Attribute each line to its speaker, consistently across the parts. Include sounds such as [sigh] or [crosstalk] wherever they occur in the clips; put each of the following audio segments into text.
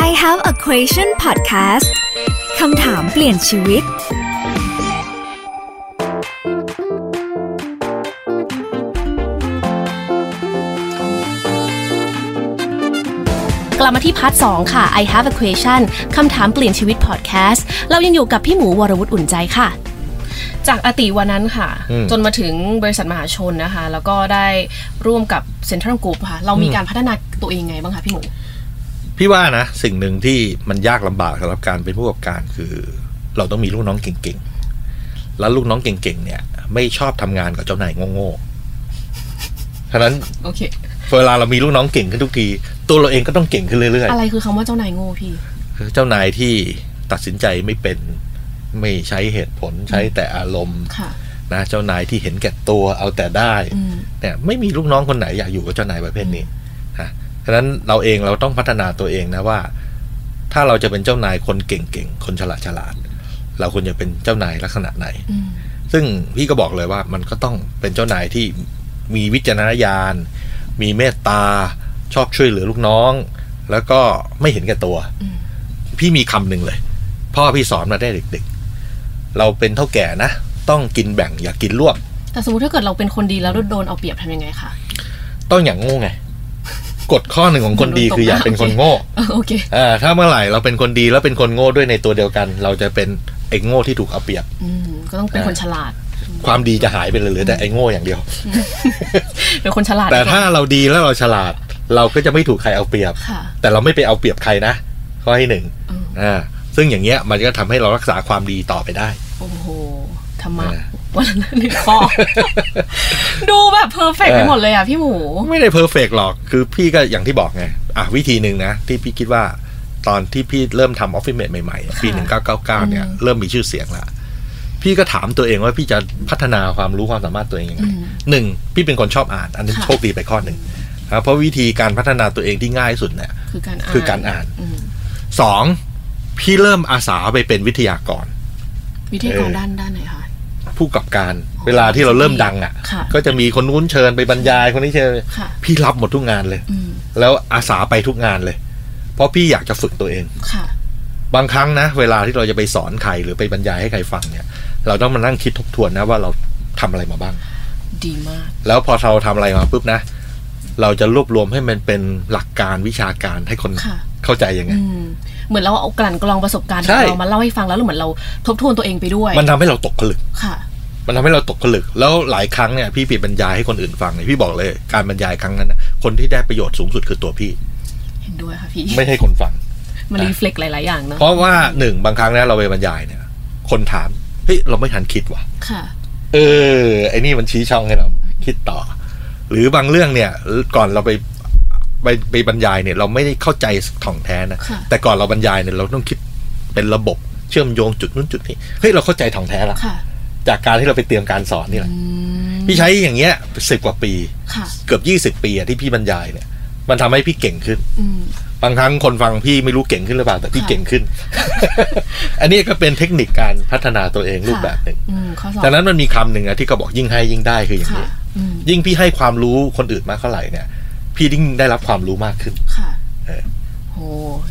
Speaker 1: I have a question podcast คำถามเปลี่ยนชีวิต
Speaker 2: กลับมาที่พาร์ทสองค่ะ I have a question คำถามเปลี่ยนชีวิตพอดแคสต์ เรายังอยู่กับพี่หมูวรวุฒิอุ่นใจค่ะ จากอติวันนั้นค่ะ
Speaker 3: อืม
Speaker 2: จนมาถึงบริษัทมหาชนนะคะ แล้วก็ได้ร่วมกับเซ็นทรัลก r ุ u p ค่ะ เรามี
Speaker 3: อืม
Speaker 2: การพัฒนาตัวเองไงบ้างคะพี่หมู
Speaker 3: พี่ว่านะ สิ่งหนึ่งที่มันยากลำบากสำหรับการเป็นผู้ประกอบการคือ เราต้องมีลูกน้องเก่งๆ แล้วลูกน้องเก่งๆ เนี่ย ไม่ชอบทำงานกับเจ้านายโง่ๆฉะนั้น
Speaker 2: โอเค
Speaker 3: เวลาเรามีลูกน้องเก่งขึ้นทุกที ตัวเราเองก็ต้องเก่งขึ้นเรื่อย
Speaker 2: อะไรคือคำว่าเจ้านายโง่พี่
Speaker 3: ๆคือเจ้านายที่ตัดสินใจไม่เป็นไม่ใช้เหตุผลใช้แต่อารมณ์
Speaker 2: ค่ะ
Speaker 3: นะเจ้านายที่เห็นแก่ตัวเอาแต่ได้
Speaker 2: อืม
Speaker 3: เนี่ยไม่มีลูกน้องคนไหนอยากอยู่กับเจ้านายประเภทนี้นะฉะนั้นเราเองเราต้องพัฒนาตัวเองนะว่า ถ้าเราจะเป็นเจ้านายคนเก่งๆ คนฉลาดฉลาดๆเราควรจะเป็นเจ้านายลักษณะไหน
Speaker 2: อืม
Speaker 3: ซึ่งพี่ก็บอกเลยว่ามันก็ต้องเป็นเจ้านายที่มีวิจารณญาณ มีเมตตา ชอบช่วยเหลือลูกน้อง แล้วก็ไม่เห็นแก่ตัว
Speaker 2: อืม
Speaker 3: พี่มีคำหนึ่งเลย พ่อพี่สอนมาได้เด็กๆ เราเป็นเท่าแก่นะ ต้องกินแบ่งอย่ากกินรวบ
Speaker 2: แต่สมมติถ้าเกิดเราเป็นคนดีแล้วโดนเอาเปรียบทำยังไงคะ
Speaker 3: ต้องอย่างโง่ไงกฎข้อหนึ่งของคนดีคืออย่าเป็นคนโง่
Speaker 2: เออโอเค
Speaker 3: เออถ้าเมื่อไหร่เราเป็นคนดีแล้วเป็นคนโง่ด้วยในตัวเดียวกัน เราจะเป็นไอ้โง่ที่ถูกเอาเปรียบ
Speaker 2: อืม ก็ต้องเป็นคนฉลาด
Speaker 3: ความดีจะหายไปเลยเหลือแต่ไอ้โง่อย่างเดียว
Speaker 2: เป็นคนฉลาด
Speaker 3: แต่ถ้าเราดีแล้วเราฉลาด เราก็จะไม่ถูกใครเอาเปรียบ
Speaker 2: ค่ะ
Speaker 3: แต่เราไม่ไปเอาเปรียบใครนะข้อที่หนึ่ง
Speaker 2: อืม
Speaker 3: อ่าซึ่งอย่างเงี้ยมันก็ทำให้เรารักษาความดีต่อไปได้
Speaker 2: โอ้โห ธรรมะ
Speaker 3: เออ
Speaker 2: วันละหนึ่งข้อ
Speaker 3: [laughs]
Speaker 2: ดูแบบเพอร์เฟกไปหมดเลยอ่ะพี่หมู
Speaker 3: ไม่ได้เพอร์เฟกหรอก คือพี่ก็อย่างที่บอกไง อ่ะ วิธีหนึ่งนะ ที่พี่คิดว่าตอนที่พี่เริ่มทำออฟฟิศเมดใหม่ๆ ปี 1999 เนี่ย เริ่มมีชื่อเสียงละ พี่ก็ถามตัวเองว่าพี่จะพัฒนาความรู้ความสามารถตัวเองยังไงหนึ่งพี่เป็นคนชอบอ่าน อันนี้
Speaker 2: ค่ะ
Speaker 3: โชคดีไปข้อหนึ่งนะเพราะวิธีการพัฒนาตัวเองที่ง่ายที่สุดเนี่ย
Speaker 2: คือการอ่าน
Speaker 3: คือการอ่าน
Speaker 2: ม
Speaker 3: สองพี่เริ่มอาสาไปเป็นวิทยากร
Speaker 2: วิธีการ
Speaker 3: เออ
Speaker 2: ด้านด้านไหนคะ
Speaker 3: ผู้ประกอบการ เวลาที่เราเริ่มดังอ่ะ
Speaker 2: ค่ะ
Speaker 3: ก็จะมีคนนู้นเชิญไปบรรยายคนนี้เชิญ
Speaker 2: ค่ะ
Speaker 3: พี่รับหมดทุกงานเลย
Speaker 2: อืม
Speaker 3: แล้วอาสาไปทุกงานเลย เพราะพี่อยากจะฝึกตัวเอง
Speaker 2: ค่ะ
Speaker 3: บางครั้งนะ เวลาที่เราจะไปสอนใครหรือไปบรรยายให้ใครฟังเนี่ย เราต้องมานั่งคิดทบทวนนะว่าเราทำอะไรมาบ้าง
Speaker 2: ดีมาก
Speaker 3: แล้วพอเราทำอะไรมาปุ๊บนะ เราจะรวบรวมให้มันเป็นหลักการวิชาการให้คน
Speaker 2: ค่ะ
Speaker 3: เข้าใจยังไง
Speaker 2: อืม เหมือนเราเอากลั่นกรองประสบการณ์ข
Speaker 3: ใช่
Speaker 2: องเรามาเล่าให้ฟังแล้วเหมือนเราทบทวนตัวเองไปด้วย
Speaker 3: มันทำให้เราตกผลึก
Speaker 2: ค่ะ
Speaker 3: มันทำให้เราตกผลึก แล้วหลายครั้งเนี่ยพี่ไปีบรรยายให้คนอื่นฟังเนี่ยพี่บอกเลยการบรรยายครั้งนั้นนะคนที่ได้ประโยชน์สูงสุดคือตัวพี่
Speaker 2: เห็นด้วยค่ะพี่
Speaker 3: ไม่ใช่คนฟัง
Speaker 2: มันรีเฟล็กหลาย ๆ อย่างเนาะ
Speaker 3: เพราะว่าหนึ่งบางครั้งนะเราไปบรรยายเนี่ย คนถามเฮ้ยเราไม่ทันคิดว่ะ
Speaker 2: ค่ะ
Speaker 3: เออไอ้นี่มันชี้ช่องให้เราคิดต่อ หรือบางเรื่องเนี่ย ก่อนเราไปไปไปบรรยายเนี่ย เราไม่ได้เข้าใจถ่องแท้นะ
Speaker 2: ค่ะ
Speaker 3: แต่ก่อนเราบรรยายเนี่ยเราต้องคิดเป็นระบบเชื่อมโยงจุดนู้นจุดนี้เฮ้ยเราเข้าใจถ่องแท้ละ
Speaker 2: ค่ะ
Speaker 3: จากการที่เราไปเตรียมการสอนนี่แหละ
Speaker 2: อืม
Speaker 3: พี่ใช้อย่างเงี้ยสิบกว่าปี
Speaker 2: ค่ะ
Speaker 3: เกือบ 20 ปีอะที่พี่บรรยายเนี่ย มันทำให้พี่เก่งขึ้น
Speaker 2: อืม
Speaker 3: บางครั้งคนฟังพี่ไม่รู้เก่งขึ้นหรือเปล่าแต่พี่
Speaker 2: ค่ะ
Speaker 3: เก่งขึ้น [laughs] อันนี้ก็เป็นเทคนิคการพัฒนาตัวเองรูปแบบหนึ่ง
Speaker 2: อืมข้อสอบ
Speaker 3: จากนั้นมันมีคำหนึ่งนะที่เขาบอกยิ่งให้ยิ่งได้คืออย่าง
Speaker 2: ค่ะ
Speaker 3: นี้
Speaker 2: อืม
Speaker 3: ยิ่งพี่ให้ความรู้คนอื่นมากเท่าไหร่เนี่ย พี่ยิ่งได้รับความรู้มากขึ้น
Speaker 2: ค่ะ
Speaker 3: เออ
Speaker 2: โห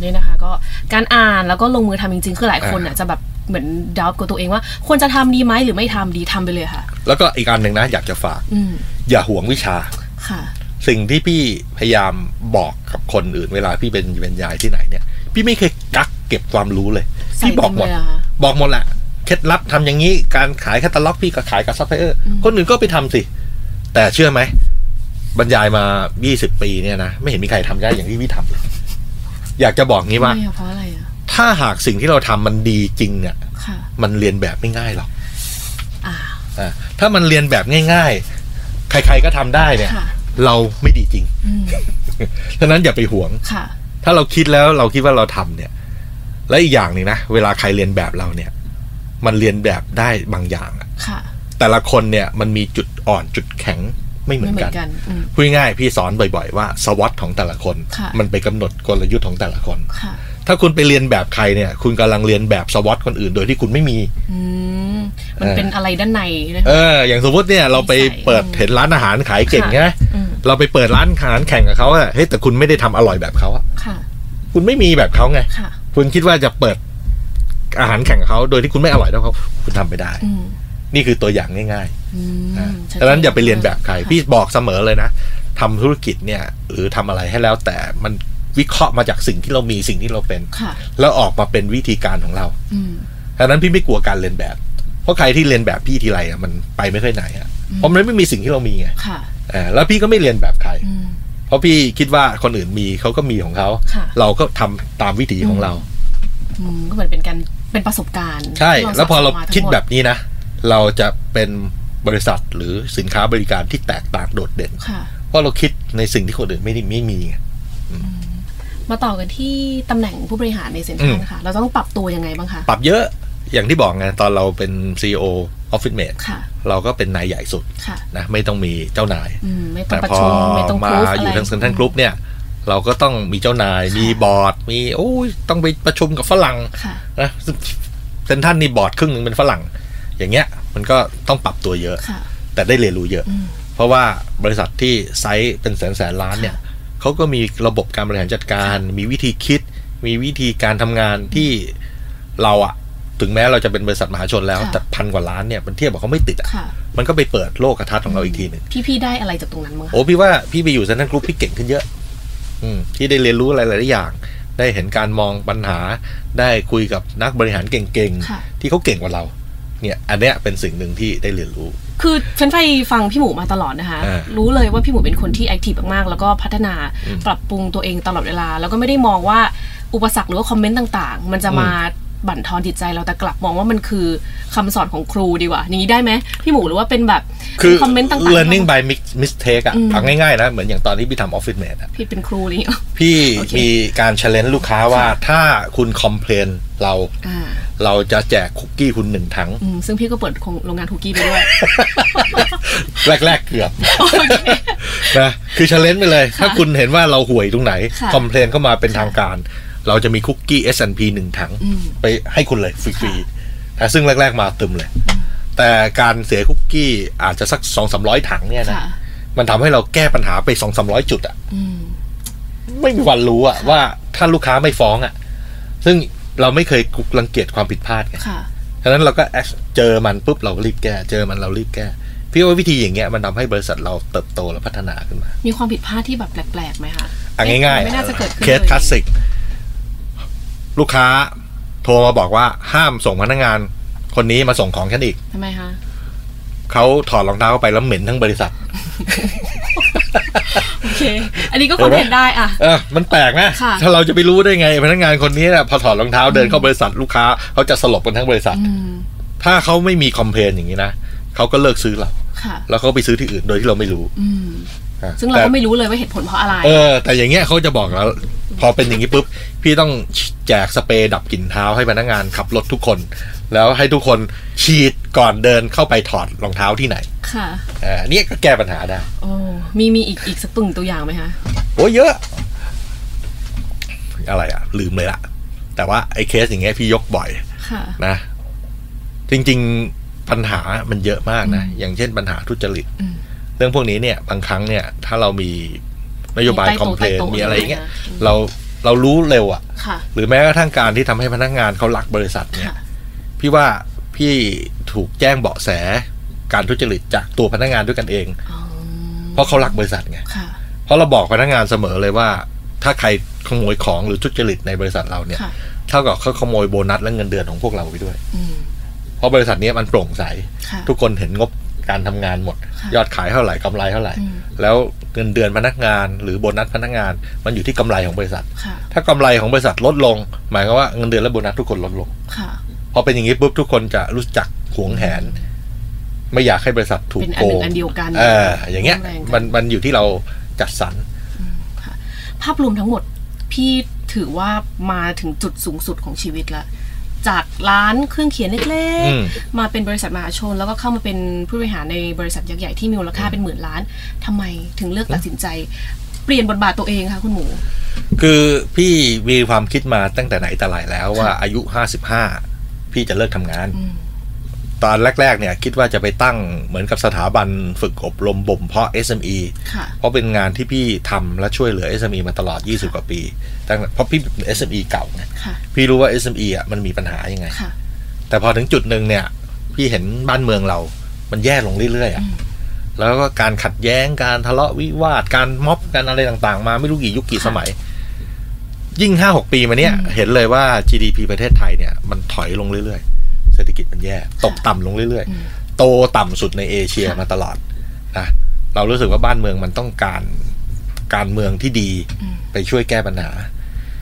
Speaker 2: นี่นะคะ ก็การอ่านแล้วก็ลงมือทำจริงๆ คือหลายคน
Speaker 3: อ่า
Speaker 2: อ่ะจะแบบเหมือนดาวกับตัวเองว่า ควรจะทำดีไหมหรือไม่ทำดีทำไปเลยค่ะ
Speaker 3: แล้วก็อีกอันหนึ่งนะอยากจะฝาก
Speaker 2: อืม
Speaker 3: อย่าหวงวิชา
Speaker 2: ค่ะ
Speaker 3: สิ่งที่พี่พยายามบอกกับคนอื่น เวลาพี่เป็นบรรยายที่ไหนเนี่ย พี่ไม่เคยกักเก็บความรู้เลย
Speaker 2: ใส่
Speaker 3: พี่บอกหมด
Speaker 2: เต็มเลยเหรอคะ
Speaker 3: บอกหมดแหละเคล็ดลับทำอย่างนี้การขายแคตตาล็อกพี่ก็ขายกับซัพพลายเออร์คนอื่นก็ไปทำสิ แต่เชื่อไหม บรรยายมา 20 ปีเนี่ยนะไม่เห็นมีใครทำได้อย่างที่พี่ทำเลยอยากจะบอกงี้ว่า
Speaker 2: ไม่อะเพราะอะไรอ่ะ
Speaker 3: ถ้าหากสิ่งที่เราทำมันดีจริงอ่ะ
Speaker 2: ค่ะ
Speaker 3: มันเรียนแบบไม่ง่ายหรอก
Speaker 2: อ่า
Speaker 3: อ่ะถ้ามันเรียนแบบง่าย ๆ ใครๆก็ทำได้เนี่ย
Speaker 2: ค่ะ
Speaker 3: เราไม่ดีจริง
Speaker 2: อืม
Speaker 3: ฉะนั้นอย่าไปหวง
Speaker 2: ค่ะ
Speaker 3: ถ้าเราคิดแล้วเราคิดว่าเราทำเนี่ย และอีกอย่างหนึ่งนะ เวลาใครเรียนแบบเราเนี่ย มันเรียนแบบได้บางอย่างอะ
Speaker 2: ค่ะ
Speaker 3: แต่ละคนเนี่ยมันมีจุดอ่อนจุดแข็งไม่เหมื
Speaker 2: ไม่
Speaker 3: อน
Speaker 2: เหมื
Speaker 3: กั
Speaker 2: อน นกัน อืม
Speaker 3: พูดง่ายๆพี่สอนบ่อยๆ ว่าสวอตของแต่ละคน
Speaker 2: ค่ะ
Speaker 3: มันไปกำหนดกลยุทธ์ของแต่ละคน
Speaker 2: ค่ะ
Speaker 3: ถ้าคุณไปเรียนแบบใครเนี่ย คุณกำลังเรียนแบบสวอตคนอื่น โดยที่คุณไม่มี
Speaker 2: อืม มัน
Speaker 3: เออ
Speaker 2: เป็นอะไรด้านในนะ
Speaker 3: เออ อย่างสมมติเนี่ยเราไปเปิดเห็นร้านอาหารขายเก่ง
Speaker 2: ค่ะ
Speaker 3: ใช่ไหม
Speaker 2: อืม
Speaker 3: เราไปเปิดร้านอาหารแข่งกับเขาอะเฮ้ยแต่คุณไม่ได้ทำอร่อยแบบเขาอะ
Speaker 2: ค่ะ
Speaker 3: คุณไม่มีแบบเขาไง
Speaker 2: ค่ะ
Speaker 3: คุณคิดว่าจะเปิดอาหารแข่งกับเขาโดยที่คุณไม่อร่อยเท่าเขาคุณทำไม่ได้
Speaker 2: อืม
Speaker 3: นี่คือตัวอย่างง่าย
Speaker 2: อืม
Speaker 3: ๆนะ
Speaker 2: ชัดเจ
Speaker 3: ดังนั้นอย่าไปเรียนแบบใคร พี่บอกเสมอเลยนะทำธุรกิจเนี่ย หรือทำอะไรให้แล้วแต่มันวิเคราะห์มาจากสิ่งที่เรามีสิ่งที่เราเป็น
Speaker 2: ค่ะ
Speaker 3: แล้วออกมาเป็นวิธีการของเรา
Speaker 2: อืม
Speaker 3: ดังนั้นพี่ไม่กลัวการเรียนแบบ เพราะใครที่เรียนแบบพี่ทีไรอะมันไปไม่ค่อยไหนอะเพราะมันไม่มีสิ่งที่เรามีไง
Speaker 2: ค่ะ
Speaker 3: อ่าแล้วพี่ก็ไม่เรียนแบบใคร
Speaker 2: อืม
Speaker 3: เพราะพี่คิดว่าคนอื่นมีเขาก็มีของเขา
Speaker 2: ค่ะ
Speaker 3: เราก็ทำตามวิถีของเรา
Speaker 2: อืมก็เหมือนเป็นการเป็นประสบการณ์
Speaker 3: ใช่
Speaker 2: ที่
Speaker 3: แล้วพอเรา
Speaker 2: สะสมมทั้งหม
Speaker 3: คิดแบบนี้นะ เราจะเป็นบริษัทหรือสินค้าบริการที่แตกต่างโดดเด่น
Speaker 2: ค่ะ
Speaker 3: เพราะเราคิดในสิ่งที่คนอื่นไม่ได้ไม่มีไง
Speaker 2: มาต่อกันที่ตำแหน่งผู้บริหารในเซ็นทรัล
Speaker 3: อืม
Speaker 2: ค่ะ เราต้องปรับตัวยังไงบ้างคะ
Speaker 3: ปรับเยอะอย่างที่บอกไงตอนเราเป็น CEO Office Mate
Speaker 2: ค่ะ
Speaker 3: เราก็เป็นนายใหญ่สุด
Speaker 2: ค่ะ
Speaker 3: นะไม่ต้องมีเจ้านาย
Speaker 2: อืม ไม่ต้อ
Speaker 3: แต่
Speaker 2: งประ
Speaker 3: พอ
Speaker 2: ชุม ไม่ต้อง
Speaker 3: มา
Speaker 2: รูฟะไร
Speaker 3: อยู่ทางเซ็นทรัลกรุ๊ปเนี่ย เราก็ต้องมีเจ้านาย มีบอร์ด มีโอ้ยต้องไปประชุมกับฝรั่ง
Speaker 2: ค่ะ
Speaker 3: นะเซ็นทรัลนี่บอร์ดครึ่งหนึ่งเป็นฝรั่ง อย่างเงี้ยมันก็ต้องปรับตัวเยอะ
Speaker 2: ค่ะ
Speaker 3: แต่ได้เรียนรู้เยอะ เพราะว่าบริษัทที่ไซส์เป็นแสนแสนล้านเนี่ยเขาก็มีระบบการบริหารจัดการ มีวิธีคิด มีวิธีการทำงานที่เราอะถึงแม้เราจะเป็นบริษัทมหาชนแล้ว
Speaker 2: ค่ะ
Speaker 3: แต่พันกว่าล้านเนี่ยมันเทียบกับเขาไม่ติดอะ
Speaker 2: ค่ะ
Speaker 3: มันก็ไปเปิดโลกกระทัดของเราอีกทีหนึ่ง
Speaker 2: พี่พี่ได้อะไรจากตรงนั้นบ้างคะ
Speaker 3: โอ้พี่ว่าพี่ไปอยู่เซนทรัลกรุ๊ปพี่เก่งขึ้นเยอะ อืมพี่ได้เรียนรู้อะไรหลายๆอย่าง ได้เห็นการมองปัญหา ได้คุยกับนักบริหารเก่ง
Speaker 2: ค่ะ
Speaker 3: ๆ ที่เขาเก่งกว่าเรา เนี่ย อันเนี้ยเป็นสิ่งหนึ่งที่ได้เรียนรู้
Speaker 2: คือฉันไปฟังพี่หมูมาตลอดนะคะ
Speaker 3: อ่า
Speaker 2: รู้เลยว่าพี่หมูเป็นคนที่แอคทีฟมากๆ แล้วก็พัฒนา
Speaker 3: อืม
Speaker 2: ปรับปรุงตัวเองตลอดเวลา แล้วก็ไม่ได้มองว่าอุปสรรคหรือว่าคอมเมนต์ต่างๆ มันจะมาบั่นทอนจิตใจเราแต่กลับมองว่ามันคือคำสอนของครูดีกว่าอย่างนี้ได้ไหมพี่หมูหรือว่าเป็นแบบ
Speaker 3: ือ
Speaker 2: คอมเมนต์ต่างๆ
Speaker 3: learning by mis- mistake อะ
Speaker 2: อืม
Speaker 3: เอาง่ายๆนะ เหมือนอย่างตอนที่พี่ทำออฟฟิศเมดอะ
Speaker 2: พี่เป็นครูอะไรอย่างเงี้ย
Speaker 3: พี่
Speaker 2: โอเค
Speaker 3: มีการ challenge ลูกค้าว่าถ้าคุณคอมเพลนเรา
Speaker 2: อ่า
Speaker 3: เราจะแจกคุกกี้คุณหนึ่งถัง
Speaker 2: อืมซึ่งพี่ก็เปิดโรงงานคุกกี้ไป
Speaker 3: [laughs]
Speaker 2: ด้วย
Speaker 3: แรก ๆ เกือบนะคือ challenge ไปเลย ถ้าคุณเห็นว่าเราห่วยตรงไหน
Speaker 2: ค่ะ
Speaker 3: คอมเพลนเข้ามาเป็นทางการ เราจะมีคุกกี้ S&P หนึ่งถัง ไปให้คุณเลยฟรีๆแต่ซึ่งแรก ๆ มาตึมเลย แต่การเสียคุกกี้อาจจะสักสองสามร้อยถังเนี่ยนะ
Speaker 2: ค่ะ
Speaker 3: มันทำให้เราแก้ปัญหาไปสองสามร้อยจุดอะ
Speaker 2: อืม
Speaker 3: ไม่มีวันรู้อะว่าถ้าลูกค้าไม่ฟ้องอะซึ่งเราไม่เคยรังเกียจความผิดพลาดไง
Speaker 2: ค่ะ
Speaker 3: ฉะนั้นเราก็ act- เจอมันปุ๊บเราก็รีบแก้ เจอมันเรารีบแก้ พี่ว่าวิธีอย่างเงี้ยมันทำให้บริษัทเราเติบโตและพัฒนาขึ้นมา
Speaker 2: มีความผิดพลาดที่แบบแปลกๆไหมคะ
Speaker 3: อ่ะง่าย
Speaker 2: ไม่น่าจะเกิดขึ้น
Speaker 3: เคสคลาสสิก ลูกค้าโทรมาบอกว่าห้ามส่งพนักงาน คนนี้มาส่งของฉันอีก
Speaker 2: ทำไมคะ
Speaker 3: เขาถอดรองเท้าเข้าไปแล้วเหม็นทั้งบริษัท
Speaker 2: โอเค อันนี้ก็คอนเทนต์ได้อ่ะ
Speaker 3: เออมันแปลกนะ
Speaker 2: ค่ะ
Speaker 3: ถ้าเราจะไปรู้ได้ไง พนักงานคนนี้นะพอถอดรองเท้าเดินเข้าบริษัทลูกค้าเขาจะสลบกันทั้งบริษัท
Speaker 2: อืม
Speaker 3: ถ้าเขาไม่มีคอมเพลนอย่างนี้นะเขาก็เลิกซื้อเรา
Speaker 2: ค่ะ
Speaker 3: แล้วเขาไปซื้อที่อื่นโดยที่เราไม่รู้
Speaker 2: อืม
Speaker 3: อ่ะ
Speaker 2: ซึ่งเรา
Speaker 3: แต่
Speaker 2: ก็ไม่รู้เลยว่าเหตุผลเพราะอะไร
Speaker 3: เออ แต่อย่างเงี้ยเขาจะบอกแล้ว พอเป็นอย่างนี้ปุ๊บ พี่ต้องแจกสเปรย์ดับกลิ่นเท้าให้พนักงานขับรถทุกคน แล้วให้ทุกคนฉีดก่อนเดินเข้าไปถอดรองเท้าที่ไหน
Speaker 2: ค่ะ
Speaker 3: เอ่าเนี่ยก็แก้ปัญหาได้
Speaker 2: โอ้มีมีอีกอีกสักตุ่งตัวอย่างไหมคะ
Speaker 3: โอ้เยอะ อะไรอ่ะ ลืมเลยละแต่ว่าไอ้เคสอย่างเงี้ยพี่ยกบ่อย
Speaker 2: ค่ะ
Speaker 3: นะ จริงๆปัญหามันเยอะมากนะ อย่างเช่นปัญหาทุจริต
Speaker 2: อืม
Speaker 3: เรื่องพวกนี้เนี่ย บางครั้งเนี่ย ถ้าเรามีนโยบาย
Speaker 2: มี
Speaker 3: ค
Speaker 2: ใต้โต๊ะ
Speaker 3: อมเพลน
Speaker 2: ใต้โต๊ะ
Speaker 3: มีอะไรอย่างเงี้ย
Speaker 2: อะไรอย่างเงี้ย
Speaker 3: เราเรารู้เร็วอะ
Speaker 2: ค่ะ
Speaker 3: หรือแม้กระทั่งการที่ทำให้พนักงานเขารักบริษัทเนี่ย
Speaker 2: ค่ะ
Speaker 3: พี่ว่าพี่ถูกแจ้งเบาะแสการทุจริตจากตัวพนักงานด้วยกันเอง
Speaker 2: อ๋อ
Speaker 3: เพราะเขารักบริษัทไง
Speaker 2: ค่ะ
Speaker 3: เพราะเราบอกพนักงานเสมอเลยว่า ถ้าใครขโมยของหรือทุจริตในบริษัทเราเนี่ย
Speaker 2: ค่ะ
Speaker 3: เท่ากับเขาขโมยโบนัสและเงินเดือนของพวกเราไปด้วย
Speaker 2: อืม
Speaker 3: เพราะบริษัทเนี้ยมันโปร่งใส
Speaker 2: ค่ะ
Speaker 3: ทุกคนเห็นงบการทำงานหมด
Speaker 2: ค่ะ
Speaker 3: ยอดขายเท่าไหร่กำไรเท่าไหร่
Speaker 2: อืม
Speaker 3: แล้วเงินเดือนพนักงาน หรือโบนัสพนักงาน มันอยู่ที่กำไรของบริษัท
Speaker 2: ค่ะ
Speaker 3: ถ้ากำไรของบริษัทลดลง หมายความว่าเงินเดือนและโบนัสทุกคนลดลง
Speaker 2: ค่ะ
Speaker 3: พอเป็นอย่างนี้ปุ๊บทุกคนจะรู้จักหวงแหน ไม่อยากให้บริษัทถูก
Speaker 2: เป็นอั
Speaker 3: โก
Speaker 2: นหนึ่
Speaker 3: ง
Speaker 2: งอันเดียวกัน
Speaker 3: เอออย่างเงี้ย
Speaker 2: ร่วมแรงกัน
Speaker 3: มันมันอยู่ที่เราจัดสรร
Speaker 2: ค่ะ ภาพรวมทั้งหมด พี่ถือว่ามาถึงจุดสูงสุดของชีวิตละ จากร้านเครื่องเขียนเล็ก
Speaker 3: อืม
Speaker 2: ๆ มาเป็นบริษัทมหาชน แล้วก็เข้ามาเป็นผู้บริหารในบริษัทยักษ์ใหญ่ที่มีมูลค่าเป็นหมื่นล้านทำไมถึงเลือกตัดสินใจ เปลี่ยนบทบาทตัวเองคะคุณหมู
Speaker 3: คือพี่มีความคิดมาตั้งแต่ไหนแต่ไรแล้วว่าอายุห้าสิบห้าพี่จะเลิกทำงาน
Speaker 2: อืม
Speaker 3: ตอนแรก ๆ เนี่ย คิดว่าจะไปตั้งเหมือนกับสถาบันฝึกอบรมบ่มเพาะ SME
Speaker 2: ค่ะ
Speaker 3: เพราะเป็นงานที่พี่ทำและช่วยเหลือ SME มาตลอด 20 กว่าปีตั้งแต่เพราะพี่เป็น SME เก่าไง
Speaker 2: ค่ะ
Speaker 3: พี่รู้ว่า SME อ่ะมันมีปัญหายังไง
Speaker 2: ค่ะ
Speaker 3: แต่พอถึงจุดหนึ่งเนี่ย พี่เห็นบ้านเมืองเรา มันแย่ลงเรื่อยๆอะแล้วก็การขัดแย้งการทะเลาะวิวาทการม็อบกันอะไรต่างๆ มาไม่รู้กี่ยุคกี่สมัย ยิ่งห้าหกปีมาเนี่ย เห็นเลยว่า GDP ประเทศไทยเนี่ย มันถอยลงเรื่อยๆ เศรษฐกิจมันแย่ ตกต่ำลงเรื่อยๆ โตต่ำสุดในเอเชียมาตลอดนะเรารู้สึกว่าบ้านเมืองมันต้องการการเมืองที่ดีไปช่วยแก้ปัญหา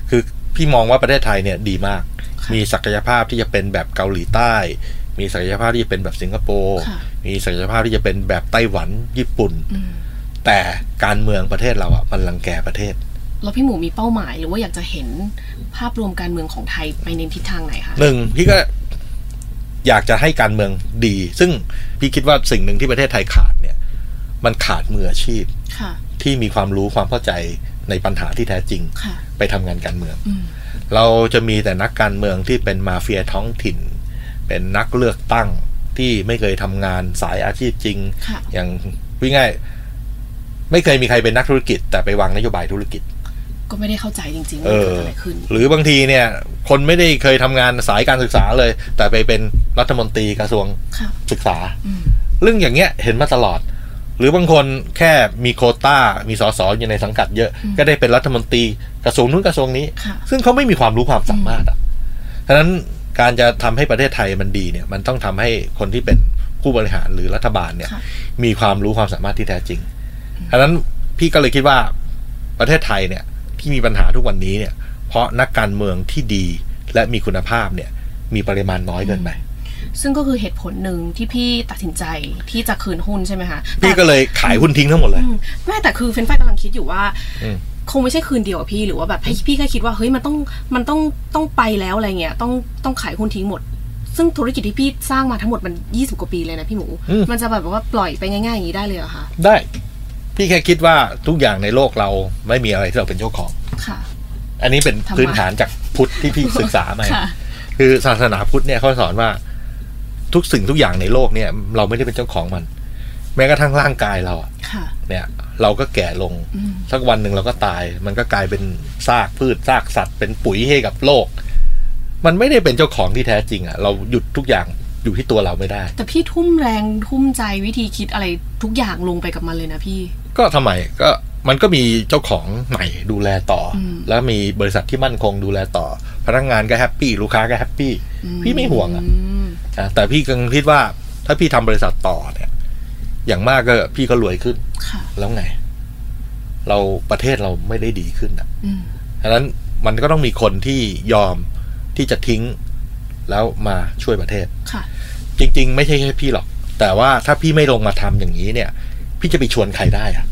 Speaker 3: คือพี่มองว่าประเทศไทยเนี่ยดีมาก มีศักยภาพที่จะเป็นแบบเกาหลีใต้ มีศักยภาพที่จะเป็นแบบสิงคโปร์
Speaker 2: ค่ะ
Speaker 3: มีศักยภาพที่จะเป็นแบบไต้หวันญี่ปุ่น
Speaker 2: อืม
Speaker 3: แต่การเมืองประเทศเราอ่ะมันรังแกประเทศ
Speaker 2: แล้วพี่หมูมีเป้าหมายหรือว่าอยากจะเห็นภาพรวมการเมืองของไทยไปในทิศทางไหนคะ
Speaker 3: หนึ่งพี่ก็อยากจะให้การเมืองดี ซึ่งพี่คิดว่าสิ่งหนึ่งที่ประเทศไทยขาดเนี่ย มันขาดมืออาชีพ
Speaker 2: ค่ะ
Speaker 3: ที่มีความรู้ความเข้าใจในปัญหาที่แท้จริง
Speaker 2: ค่ะ
Speaker 3: ไปทำงานการเมือง
Speaker 2: อืม
Speaker 3: เราจะมีแต่นักการเมืองที่เป็นมาเฟียท้องถิ่น เป็นนักเลือกตั้งที่ไม่เคยทำงานสายอาชีพจริง
Speaker 2: ค่ะ
Speaker 3: อย่างวิ่ง่ายๆไม่เคยมีใครเป็นนักธุรกิจ แต่ไปวางนโยบายธุรกิจ
Speaker 2: ก็ไม่ได้เข้าใจจริงๆ
Speaker 3: เอ
Speaker 2: ว่า
Speaker 3: อ
Speaker 2: เกิดอะไรขึ้น
Speaker 3: หรือบางทีเนี่ย คนไม่ได้เคยทำงานสายการศึกษาเลย แต่ไปเป็นรัฐมนตรีกระทรวง
Speaker 2: ค่ะ
Speaker 3: ศึกษา
Speaker 2: อืม
Speaker 3: เรื่องอย่างเงี้ยเห็นมาตลอด หรือบางคนแค่มีโควต้า มีสสอยู่ในสังกัดเยอะ ก็ได้เป็นรัฐมนตรีกระทรวงนู้นกระทรวงนี้
Speaker 2: ค่ะ
Speaker 3: ซึ่งเขาไม่มีความรู้ความสามารถอ่ะฉะนั้นการจะทำให้ประเทศไทยมันดีเนี่ย มันต้องทำให้คนที่เป็นผู้บริหารหรือรัฐบาลเนี่ย
Speaker 2: ค่ะ
Speaker 3: มีความรู้ความสามารถที่แท้จริงดังนั้นพี่ก็เลยคิดว่าประเทศไทยเนี่ยที่มีปัญหาทุกวันนี้เนี่ย เพราะนักการเมืองที่ดีและมีคุณภาพเนี่ย มีปริมาณน้อยเกินไป
Speaker 2: ซึ่งก็คือเหตุผลหนึ่งที่พี่ตัดสินใจที่จะคืนหุ้นใช่ไหมคะ
Speaker 3: พี่ก็
Speaker 2: แต่
Speaker 3: เลยขายหุ้นทิ้งทั้งหมดเลย
Speaker 2: อืมแม่แต่คือเฟรนไฟายกำลังคิดอยู่ว่า
Speaker 3: อืม
Speaker 2: คงไม่ใช่คืนเดียวกับพี่หรือว่าแบบให้พี่แค่คิดว่าเฮ้ยมันต้องมันต้องต้องไปแล้วอะไรเงี้ยต้องต้องขายหุ้นทิ้งหมด ซึ่งธุรกิจที่พี่สร้างมาทั้งหมดมัน 20 กว่าปีเลยนะพี่หมู
Speaker 3: อืม
Speaker 2: มันจะแบบว่าปล่อยไปง่ายๆอย่างนี้ได้เลยเหรอคะ
Speaker 3: ได้ พี่แค่คิดว่าทุกอย่างในโลกเราไม่มีอะไรที่เราเป็นเจ้าของ
Speaker 2: ค่ะ
Speaker 3: อันนี้เป็น
Speaker 2: ธรรมะ
Speaker 3: พื้นฐานจากพุทธที่พี่ศึกษามา
Speaker 2: ค่ะ
Speaker 3: คือศาสนาพุทธเนี่ยเขาสอนว่าทุกสิ่งทุกอย่างในโลกเนี่ย เราไม่ได้เป็นเจ้าของมัน แม้กระทั่งร่างกายเราอะ
Speaker 2: ค่ะ
Speaker 3: เนี่ย เราก็แก่ลง
Speaker 2: อืม
Speaker 3: สักวันหนึ่งเราก็ตาย มันก็กลายเป็นซากพืชซากสัตว์ เป็นปุ๋ยให้กับโลก มันไม่ได้เป็นเจ้าของที่แท้จริงอะ่ะเราหยุดทุกอย่างอยู่ที่ตัวเราไม่ได้
Speaker 2: แต่พี่ทุ่มแรงทุ่มใจวิธีคิดอะไรทุกอย่างลงไปกับมันเลยนะพี่
Speaker 3: ก็ทำไมก็มันก็มีเจ้าของใหม่ดูแลต่ออ
Speaker 2: ม
Speaker 3: แล้วมีบริษัทที่มั่นคงดูแลต่อ พนักงานก็แฮปปี้ลูกค้าก็แฮปปี้พี่ไม่ห่วงอ่ะ
Speaker 2: อืม
Speaker 3: นะแต่พี่กังคิดว่าถ้าพี่ทำบริษัทต่อเนี่ย อย่างมากก็พี่ก็รวยขึ้น
Speaker 2: ค่ะ
Speaker 3: แล้วไง เราประเทศเราไม่ได้ดีขึ้นอ่ะ
Speaker 2: อืม
Speaker 3: ฉะนั้นมันก็ต้องมีคนที่ยอมที่จะทิ้งแล้วมาช่วยประเทศ
Speaker 2: ค่ะ
Speaker 3: จริง ๆ ไม่ใช่แค่พี่หรอก แต่ว่าถ้าพี่ไม่ลงมาทำอย่างนี้เนี่ย พี่จะไปชวนใครได้อ่ะ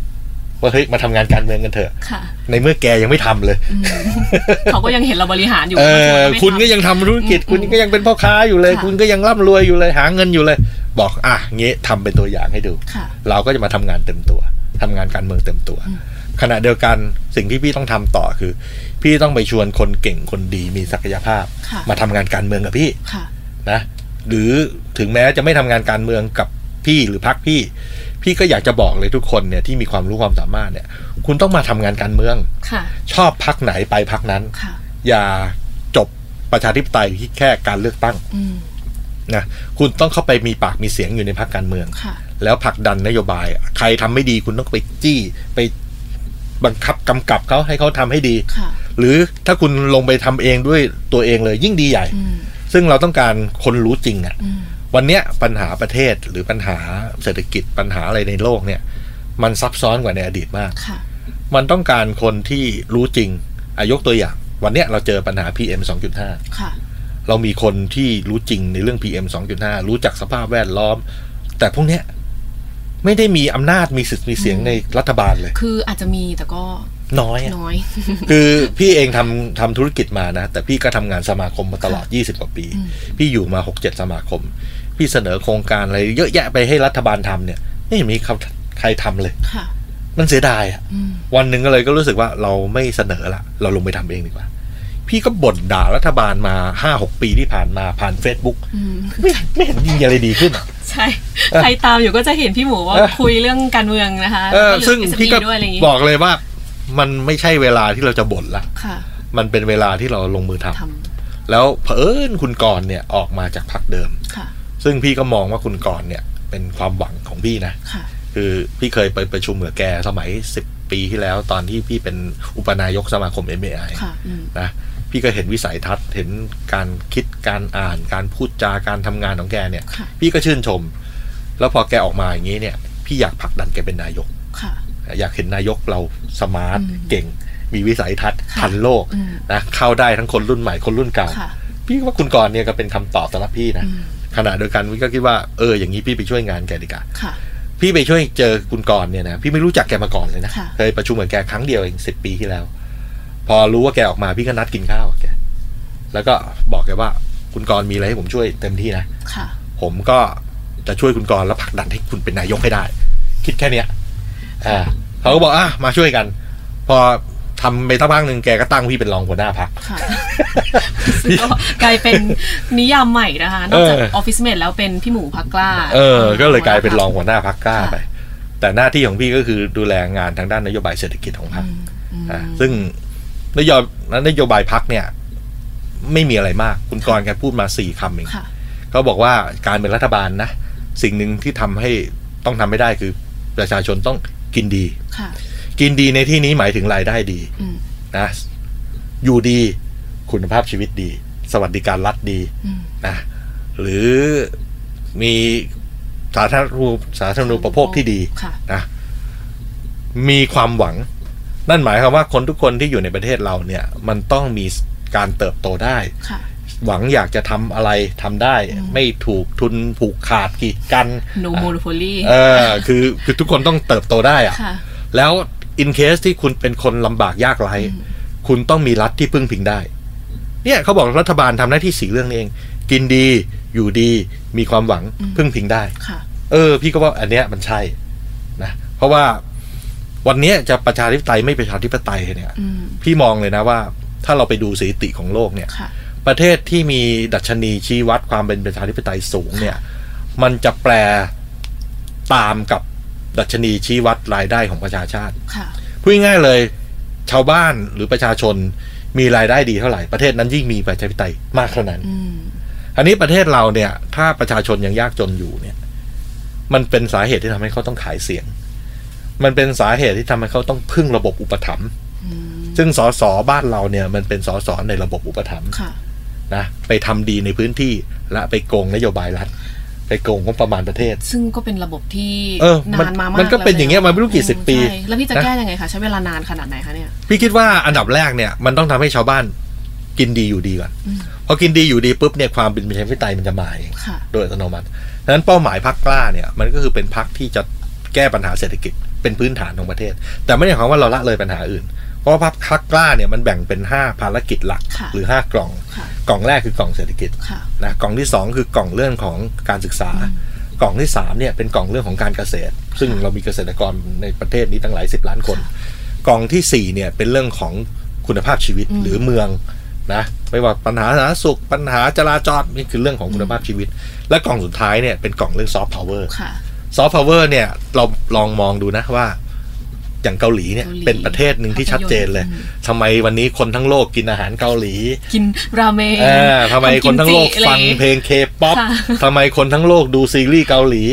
Speaker 3: ว่าเฮ้ยมาทำงานการเมืองกันเถอะ
Speaker 2: ค่ะ
Speaker 3: ในเมื่อแกยังไม่ทำเลย
Speaker 2: อืมเขาก็ยังเห็นเราบริหารอยู่
Speaker 3: เออ
Speaker 2: เขาไม่ทำ
Speaker 3: คุณก็ยังทำธุรกิจ
Speaker 2: อืม
Speaker 3: คุณก็ยังเป็นพ่อค้าอยู่เลย
Speaker 2: ค่ะ
Speaker 3: คุณก็ยังร่ำรวยอยู่เลย หาเงินอยู่เลย บอกอ่ะงี้ทำเป็นตัวอย่างให้ดู
Speaker 2: ค่ะ
Speaker 3: เราก็จะมาทำงานเต็มตัวทำงานการเมืองเต็มตัว ขณะเดียวกันสิ่งที่พี่ต้องทำต่อคือ พี่ต้องไปชวนคนเก่งคนดีมีศักยภาพ
Speaker 2: ค่ะ
Speaker 3: มาทำงานการเมืองกับพี่
Speaker 2: ค่ะ
Speaker 3: นะหรือถึงแม้จะไม่ทำงานการเมืองกับพี่หรือพักพี่ พี่ก็อยากจะบอกเลยทุกคนเนี่ยที่มีความรู้ความสามารถเนี่ย คุณต้องมาทำงานการเมือง
Speaker 2: ค่ะ
Speaker 3: ชอบพักไหนไปพักนั้น
Speaker 2: ค่ะ
Speaker 3: อย่าจบประชาธิปไตยที่แค่การเลือกตั้ง
Speaker 2: อืม
Speaker 3: นะคุณต้องเข้าไปมีปากมีเสียงอยู่ในพรรคการเมือง
Speaker 2: ค่ะ
Speaker 3: แล้วผลักดันนโยบาย ใครทำไม่ดีคุณต้องไปจี้ไปบังคับกำกับเขาให้เขาทำให้ดี
Speaker 2: ค่ะ
Speaker 3: หรือถ้าคุณลงไปทำเองด้วยตัวเองเลยยิ่งดีใหญ่
Speaker 2: อืม
Speaker 3: ซึ่งเราต้องการคนรู้จริงอะ่ะ
Speaker 2: อืม
Speaker 3: วันเนี้ยปัญหาประเทศหรือปัญหาเศรษฐกิจปัญหาอะไรในโลกเนี่ย มันซับซ้อนกว่าในอดีตมาก
Speaker 2: ค่ะ
Speaker 3: มันต้องการคนที่รู้จริงอายกตัวอย่าง วันเนี้ยเราเจอปัญหา PM 2.5
Speaker 2: ค่ะ
Speaker 3: เรามีคนที่รู้จริงในเรื่อง PM 2.5 รู้จักสภาพแวดล้อม แต่พวกเนี้ยไม่ได้มีอำนาจมีสิทธิ์มีเสียงในรัฐบาลเลย
Speaker 2: คืออาจจะมีแต่ก็
Speaker 3: น้อยอะ
Speaker 2: น้อย [laughs]
Speaker 3: คือพี่เองทำทำธุรกิจมานะ แต่พี่ก็ทำงานสมาคมมาตลอด 20 กว่าปี พี่อยู่มา 6-7 สมาคม พี่เสนอโครงการอะไรเยอะแยะไปให้รัฐบาลทำเนี่ยไม่เห็นมีใครใครทำเลย
Speaker 2: ค่ะ
Speaker 3: มันเสียดายอะ
Speaker 2: อืม
Speaker 3: วันหนึ่งก็เลยก็รู้สึกว่าเราไม่เสนอละเราลงไปทำเองดีกว่า พี่ก็บ่นด่ารัฐบาลมาห้าหกปีที่ผ่านมาผ่าน Facebook
Speaker 2: อืม
Speaker 3: ไม่ไม่เห็นมีอะไรดีขึ้นอะ
Speaker 2: ใช่ ใครตามอยู่ก็จะเห็นพี่หมูว่า
Speaker 3: เออ
Speaker 2: คุยเรื่องการเมืองนะคะ
Speaker 3: เออ
Speaker 2: แล้ว
Speaker 3: ซึ่ง
Speaker 2: เรื่อง SME
Speaker 3: พี่ก็
Speaker 2: ด้วยอะไรอย่างงี้
Speaker 3: บอกเลยว่า มันไม่ใช่เวลาที่เราจะบ่นละ
Speaker 2: ค่ะ
Speaker 3: มันเป็นเวลาที่เราลงมือทำ
Speaker 2: ท
Speaker 3: แล้วเผอิญคุณกรณ์เนี่ยออกมาจากพักเดิม
Speaker 2: ำค่ะ
Speaker 3: ซึ่งพี่ก็มองว่าคุณกรณ์เนี่ย เป็นความหวังของพี่นะ
Speaker 2: ค่ะ
Speaker 3: คือพี่เคยไปประชุมกับแกสมัย 10 ปีที่แล้วตอนที่พี่เป็นอุปนายกสมาคม m a i
Speaker 2: ค่ะอืม
Speaker 3: นะพี่ก็เห็นวิสัยทัศน์เห็นการคิดการอ่านการพูดจาการทำงานของแกเนี่ย
Speaker 2: ค่ะ
Speaker 3: พี่ก็ชื่นชม แล้วพอแกออกมาอย่างนี้เนี่ย พี่อยากผลักดันแกเป็นนายก
Speaker 2: ค่ะ
Speaker 3: อยากเห็นนายกเราสมาร์ท
Speaker 2: อืม
Speaker 3: เก่ง มีวิสัยทัศน์
Speaker 2: ค่ะ
Speaker 3: ทันโลก
Speaker 2: อืม
Speaker 3: นะเข้าได้ทั้งคนรุ่นใหม่คนรุ่นเก่า
Speaker 2: ค่ะ
Speaker 3: พี่ว่าคุณกรณ์เนี่ยก็เป็นคำตอบสำหรับพี่นะ
Speaker 2: อืม
Speaker 3: ขณะเดียวกันพี่ก็คิดว่าเอออย่างนี้พี่ไปช่วยงานแกดีกว่า
Speaker 2: ค่ะ
Speaker 3: พี่ไปช่วยเจอคุณกรณ์เนี่ยนะพี่ไม่รู้จักแกมาก่อนเลยนะ
Speaker 2: ค่ะ
Speaker 3: เคยประชุมกับแกครั้งเดียวเองสิบปีที่แล้ว พอรู้ว่าแกออกมาพี่ก็นัดกินข้าวกับแกแล้วก็บอกแกว่าคุณกรณ์มีอะไรให้ผมช่วยเต็มที่นะ
Speaker 2: ค่ะ
Speaker 3: ผมก็จะช่วยคุณกรณ์แล้วผลักดันให้คุณเป็นนายกให้ได้ คิดแค่เนี้ยอ่าเขาก็บอกอ่ะมาช่วยกัน พอทำไปสักพักหนึ่งแกก็ตั้งพี่เป็นรองหัวหน้าพัก [laughs]
Speaker 2: ค่ะ ซึ่งก็กลายเป็นนิยามใหม่นะคะ นอกจาก
Speaker 3: เอ
Speaker 2: อ
Speaker 3: อ
Speaker 2: อฟฟิศเมดแล้วเป็นพี่หมูพักกล้า
Speaker 3: เออ ก็เลยกลายเป็นรองหัวหน้าพักกล้าไป แต่หน้าที่ของพี่ก็คือดูแลงานทางด้านนโยบายเศรษฐกิจของพรรค
Speaker 2: อืมอืม
Speaker 3: อ่ะซึ่งนโยบายนโยบายพักเนี่ย ไม่มีอะไรมาก คุณกรณ์แกพูดมาสี่คำเอง
Speaker 2: ค่ะ
Speaker 3: เขาบอกว่าการเป็นรัฐบาลนะ สิ่งหนึ่งที่ทำให้ต้องทำไม่ได้คือประชาชนต้องกินดี
Speaker 2: ค่ะ
Speaker 3: กินดีในที่นี้หมายถึงรายได้ดี
Speaker 2: อืม
Speaker 3: นะอยู่ดีคุณภาพชีวิตดี สวัสดิการรัฐดี
Speaker 2: อืม
Speaker 3: นะหรือมีสาธารณูปสาธารณูปโภคที่ดี
Speaker 2: ค่ะ
Speaker 3: นะมีความหวัง นั่นหมายความว่าคนทุกคนที่อยู่ในประเทศเราเนี่ย มันต้องมีการเติบโตได้
Speaker 2: ค่ะ
Speaker 3: หวังอยากจะทำอะไรทำได้
Speaker 2: อืม
Speaker 3: ไม่ถูกทุนผูกขาดกีดกัน
Speaker 2: โนโมโ o ลี
Speaker 3: เออคือคือทุกคนต้องเติบโตได้อะ
Speaker 2: ค่ะ
Speaker 3: แล้วอินเคสที่คุณเป็นคนลำบากยากไร้
Speaker 2: อืม
Speaker 3: คุณต้องมีรัฐที่พึ่งพิงได้ เนี่ยเขาบอกรัฐบาลทำหน้าที่สีเรื่องนี้เอง กินดีอยู่ดี มีความหวังพึ่งพิงได้
Speaker 2: ค่ะ
Speaker 3: เออพี่ก็ว่าอันเนี้ยมันใช่นะเพราะว่าวันเนี้ยจะประชาธิปไตยไม่ประชาธิปไตยเนี่ย
Speaker 2: อืม
Speaker 3: พี่มองเลยนะว่า ถ้าเราไปดูสถิติของโลกเนี่ย
Speaker 2: ค่ะ
Speaker 3: ประเทศที่มีดัชนีชี้วัดความเป็นประชาธิปไตยสูงเนี่ย มันจะแปลตามกับดัชนีชี้วัดรายได้ของประชาชาติ
Speaker 2: ค่ะ
Speaker 3: พูดง่ายๆเลย ชาวบ้านหรือประชาชนมีรายได้ดีเท่าไหร่ประเทศนั้นยิ่งมีประชาธิปไตยมากเท่านั้น
Speaker 2: อืม
Speaker 3: อันนี้ประเทศเราเนี่ย ถ้าประชาชนยังยากจนอยู่เนี่ย มันเป็นสาเหตุที่ทำให้เขาต้องขายเสียง มันเป็นสาเหตุที่ทำให้เขาต้องพึ่งระบบอุปถัมภ์
Speaker 2: อืม
Speaker 3: ซึ่งสสบ้านเราเนี่ยมันเป็นสสในระบบอุปถัมภ์
Speaker 2: ค่ะ
Speaker 3: นะไปทำดีในพื้นที่และไปโกงนโยบายรัฐ ไปโกงงบประมาณประเทศ
Speaker 2: ซึ่งก็เป็นระบบที่
Speaker 3: เออน
Speaker 2: าน
Speaker 3: มั
Speaker 2: มาน มาก
Speaker 3: มันก็เป็นอย่างเงี้ยมาไม่รู้กี่
Speaker 2: อื
Speaker 3: สิบปี
Speaker 2: ใช่แล้วพี่จะ
Speaker 3: นะ
Speaker 2: แก้ยังไงคะ ใช้เวลานานขนาดไหนคะเนี่ย
Speaker 3: พี่คิดว่าอันดับแรกเนี่ยมันต้องทำให้ชาวบ้านกินดีอยู่ดีก่อน
Speaker 2: อืม
Speaker 3: พอกินดีอยู่ดีปุ๊บเนี่ยความเป็นประชาธิปไตยมันจะมาเอง
Speaker 2: ค่ะ
Speaker 3: โดยอัตโนมัติดังนั้นเป้าหมายพรรคกล้าเนี่ยมันก็คือเป็นพรรคที่จะแก้ปัญหาเศรษฐกิจเป็นพื้นฐานของประเทศ แต่ไม่ได้หมายความว่าเราละเลยปัญหาอื่น เพราะว่าพรรคกล้าเนี่ยมันแบ่งเป็น 5 ภารกิจหลัก
Speaker 2: ค่ะ
Speaker 3: หรือ 5 กล่อง
Speaker 2: ค่ะ
Speaker 3: กล่องแรกคือกล่องเศรษฐกิจ
Speaker 2: ค่ะ
Speaker 3: นะกล่องที่ 2 คือกล่องเรื่องของการศึกษา กล่องที่3เนี่ยเป็นกล่องเรื่องของการเกษตร ซึ่งเรามีเกษตรกรในประเทศนี้ตั้งหลายสิบล้านคน กล่องทีสี่4เนี่ยเป็นเรื่องของคุณภาพชีวิต
Speaker 2: อืม
Speaker 3: หรือเมืองนะไม่ว่าปัญหาสาธารณสุขปัญหาจราจรนี่คือเรื่องของคุณภาพชีวิต และกล่องสุดท้ายเนี่ยเป็นกล่องเรื่องซอฟต์พาวเวอร์
Speaker 2: ค่ะ
Speaker 3: ซอฟต์พาวเวอร์เนี่ยเราลองมองดูนะว่า อย่างเกาหลีเนี่ย
Speaker 2: เกาหลี
Speaker 3: เป็นประเทศหนึ่งที่ชัดเจนเลย
Speaker 2: อืม
Speaker 3: ทำไมวันนี้คนทั้งโลกกินอาหารเกาหลี
Speaker 2: กินราเมง
Speaker 3: เออทำไมคนทั้งโลก
Speaker 2: ำกิมจิอะไรอ
Speaker 3: ฟัง
Speaker 2: ย่า
Speaker 3: เพลงเคป๊อป
Speaker 2: ค่ะ
Speaker 3: ทำไมคนทั้งโลกดูซีรีส์เกาหลี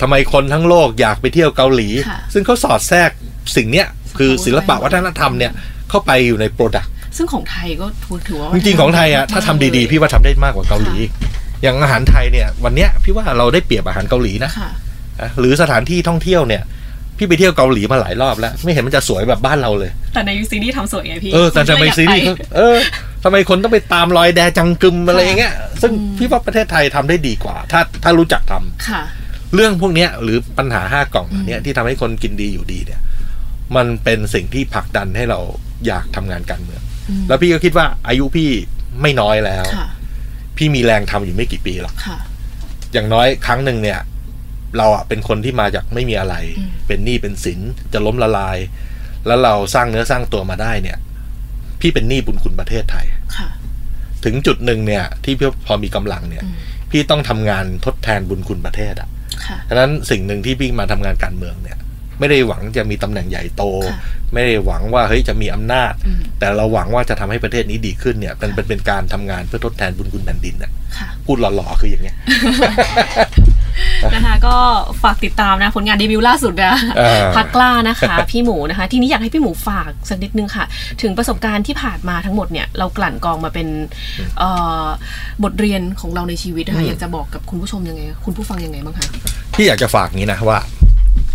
Speaker 3: ทำไมคนทั้งโลกอยากไปเที่ยวเกาหลี
Speaker 2: ค่ะ
Speaker 3: ซึ่งเขาสอดแทรกสิ่งเนี้ยคือศิลปะ
Speaker 2: โอ้ย
Speaker 3: วัฒนธรรมเนี่ยเข้าไปอยู่ในโปรดักต์
Speaker 2: ซึ่งของไทยก็ถือว่า
Speaker 3: จริงๆของไทยอ่ะถ้าทำดีๆ พี่ว่าทำได้มากกว่าเกาหลี อย่างอาหารไทยเนี่ยวันเนี้ยพี่ว่าเราได้เปรียบอาหารเกาหลีนะ
Speaker 2: ค่ะ
Speaker 3: อ่ะหรือสถานที่ท่องเที่ยวเนี่ย พี่ไปเที่ยวเกาหลีมาหลายรอบแล้ว ไม่เห็นมันจะสวยแบบบ้านเราเลย
Speaker 2: แต่ในซีรีส์ทำสวยไงพี่
Speaker 3: เออแต่ทำไม
Speaker 2: อยากป
Speaker 3: ซีรีส์ก็เออทำไมคนต้องไปตามรอยแดจังกึมอะไรอย่างเงี้ยซึ่ง
Speaker 2: อืม
Speaker 3: พี่ว่าประเทศไทยทำได้ดีกว่า ถ้าถ้ารู้จักทำ
Speaker 2: ค่ะ
Speaker 3: เรื่องพวกเนี้ยหรือปัญหาห้ากล่องเหล่าเนี้ยที่ทำให้คนกินดีอยู่ดีเนี่ย มันเป็นสิ่งที่ผลักดันให้เราอยากทำงานการเมือง
Speaker 2: อืม
Speaker 3: แล้วพี่ก็คิดว่าอายุพี่ไม่น้อยแล้ว
Speaker 2: ค่ะ
Speaker 3: พี่มีแรงทำอยู่ไม่กี่ปีหรอก
Speaker 2: ค่ะ
Speaker 3: อย่างน้อยครั้งหนึ่งเนี่ย เราอะเป็นคนที่มาจากไม่มีอะไร
Speaker 2: อืม
Speaker 3: เป็นหนี้เป็นสินจะล้มละลาย แล้วเราสร้างเนื้อสร้างตัวมาได้เนี่ย พี่เป็นหนี้บุญคุณประเทศไทย
Speaker 2: ค่ะ
Speaker 3: ถึงจุดหนึ่งเนี่ย ที่พี่พอมีกำลังเนี่ย พี่ต้องทำงานทดแทนบุญคุณประเทศอ่ะ
Speaker 2: ค่ะ
Speaker 3: ฉะนั้นสิ่งหนึ่งที่พี่มาทำงานการเมืองเนี่ย ไม่ได้หวังจะมีตำแหน่งใหญ่โต
Speaker 2: ค่ะ
Speaker 3: ไม่ได้หวังว่าเฮ้ยจะมีอำนาจ
Speaker 2: อืม
Speaker 3: แต่เราหวังว่าจะทำให้ประเทศนี้ดีขึ้นเนี่ยมันเป็นเป็นการทำงานเพื่อทดแทนบุญคุณแผ่นดินน่ะ
Speaker 2: ค่ะ
Speaker 3: พูดหล่อๆคืออย่างเงี้ย
Speaker 2: นะคะก็ฝากติดตามนะผลงานเดบิวต์ล่าสุดนะ
Speaker 3: เออ
Speaker 2: พักกล้านะคะ [laughs] พี่หมูนะคะ ทีนี้อยากให้พี่หมูฝากสักนิดนึงค่ะ ถึงประสบการณ์ที่ผ่านมาทั้งหมดเนี่ยเรากลั่นกรองมาเป็นเอ่อบทเรียนของเราในชีวิตนะ
Speaker 3: อื
Speaker 2: คะ
Speaker 3: ม
Speaker 2: อยากจะบอกกับคุณผู้ชมยังไง คุณผู้ฟังยังไงบ้างคะ
Speaker 3: พี่อยากจะฝากนี้นะว่า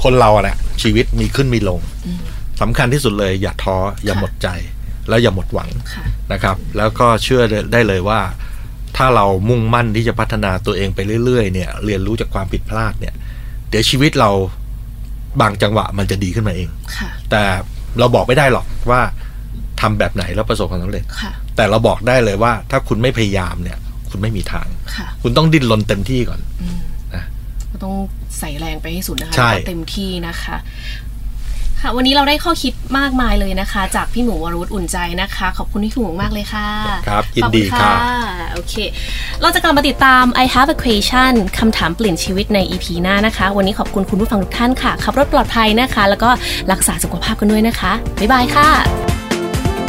Speaker 3: คนเราอะนะชีวิตมีขึ้นมีลง
Speaker 2: อืม
Speaker 3: สำคัญที่สุดเลยอย่าท้ออย่า
Speaker 2: ค่ะ
Speaker 3: หมดใจ แล้วอย่าหมดหวัง
Speaker 2: ค่ะ
Speaker 3: นะครับแล้วก็เชื่อได้เลยว่า ถ้าเรามุ่งมั่นที่จะพัฒนาตัวเองไปเรื่อยๆเนี่ย เรียนรู้จากความผิดพลาดเนี่ย เดี๋ยวชีวิตเราบางจังหวะมันจะดีขึ้นมาเอง
Speaker 2: ค่ะ
Speaker 3: แต่เราบอกไม่ได้หรอกว่าทำแบบไหนแล้วประสบความสำเร็จ
Speaker 2: ค่ะ
Speaker 3: แต่เราบอกได้เลยว่า ถ้าคุณไม่พยายามเนี่ย คุณไม่มีทาง
Speaker 2: ค่ะ
Speaker 3: คุณต้องดิ้นรนเต็มที่ก่อน
Speaker 2: อืม
Speaker 3: นะ
Speaker 2: ก็ต้องใส่แรงไปให้สุดนะคะ
Speaker 3: ใช่
Speaker 2: แล้วก็เต็มที่นะคะ ค่ะ วันนี้เราได้ข้อคิดมากมายเลยนะคะ จากพี่หมูวรุษอุ่นใจนะคะ ขอบคุณที่หมูมากเลยค่ะ
Speaker 3: ครับ ยินดี
Speaker 2: ขอบณ
Speaker 3: ค่ะ
Speaker 2: โอเค เราจะกลับมาติดตาม I have a question คำถามเปลี่ยนชีวิตใน EP หน้านะคะ วันนี้ขอบคุณคุณผู้ฟังทุกท่านค่ะ ขับรถปลอดภัยนะคะ แล้วก็รักษาสุขภาพกันด้วยนะคะ บ๊ายบายค่ะ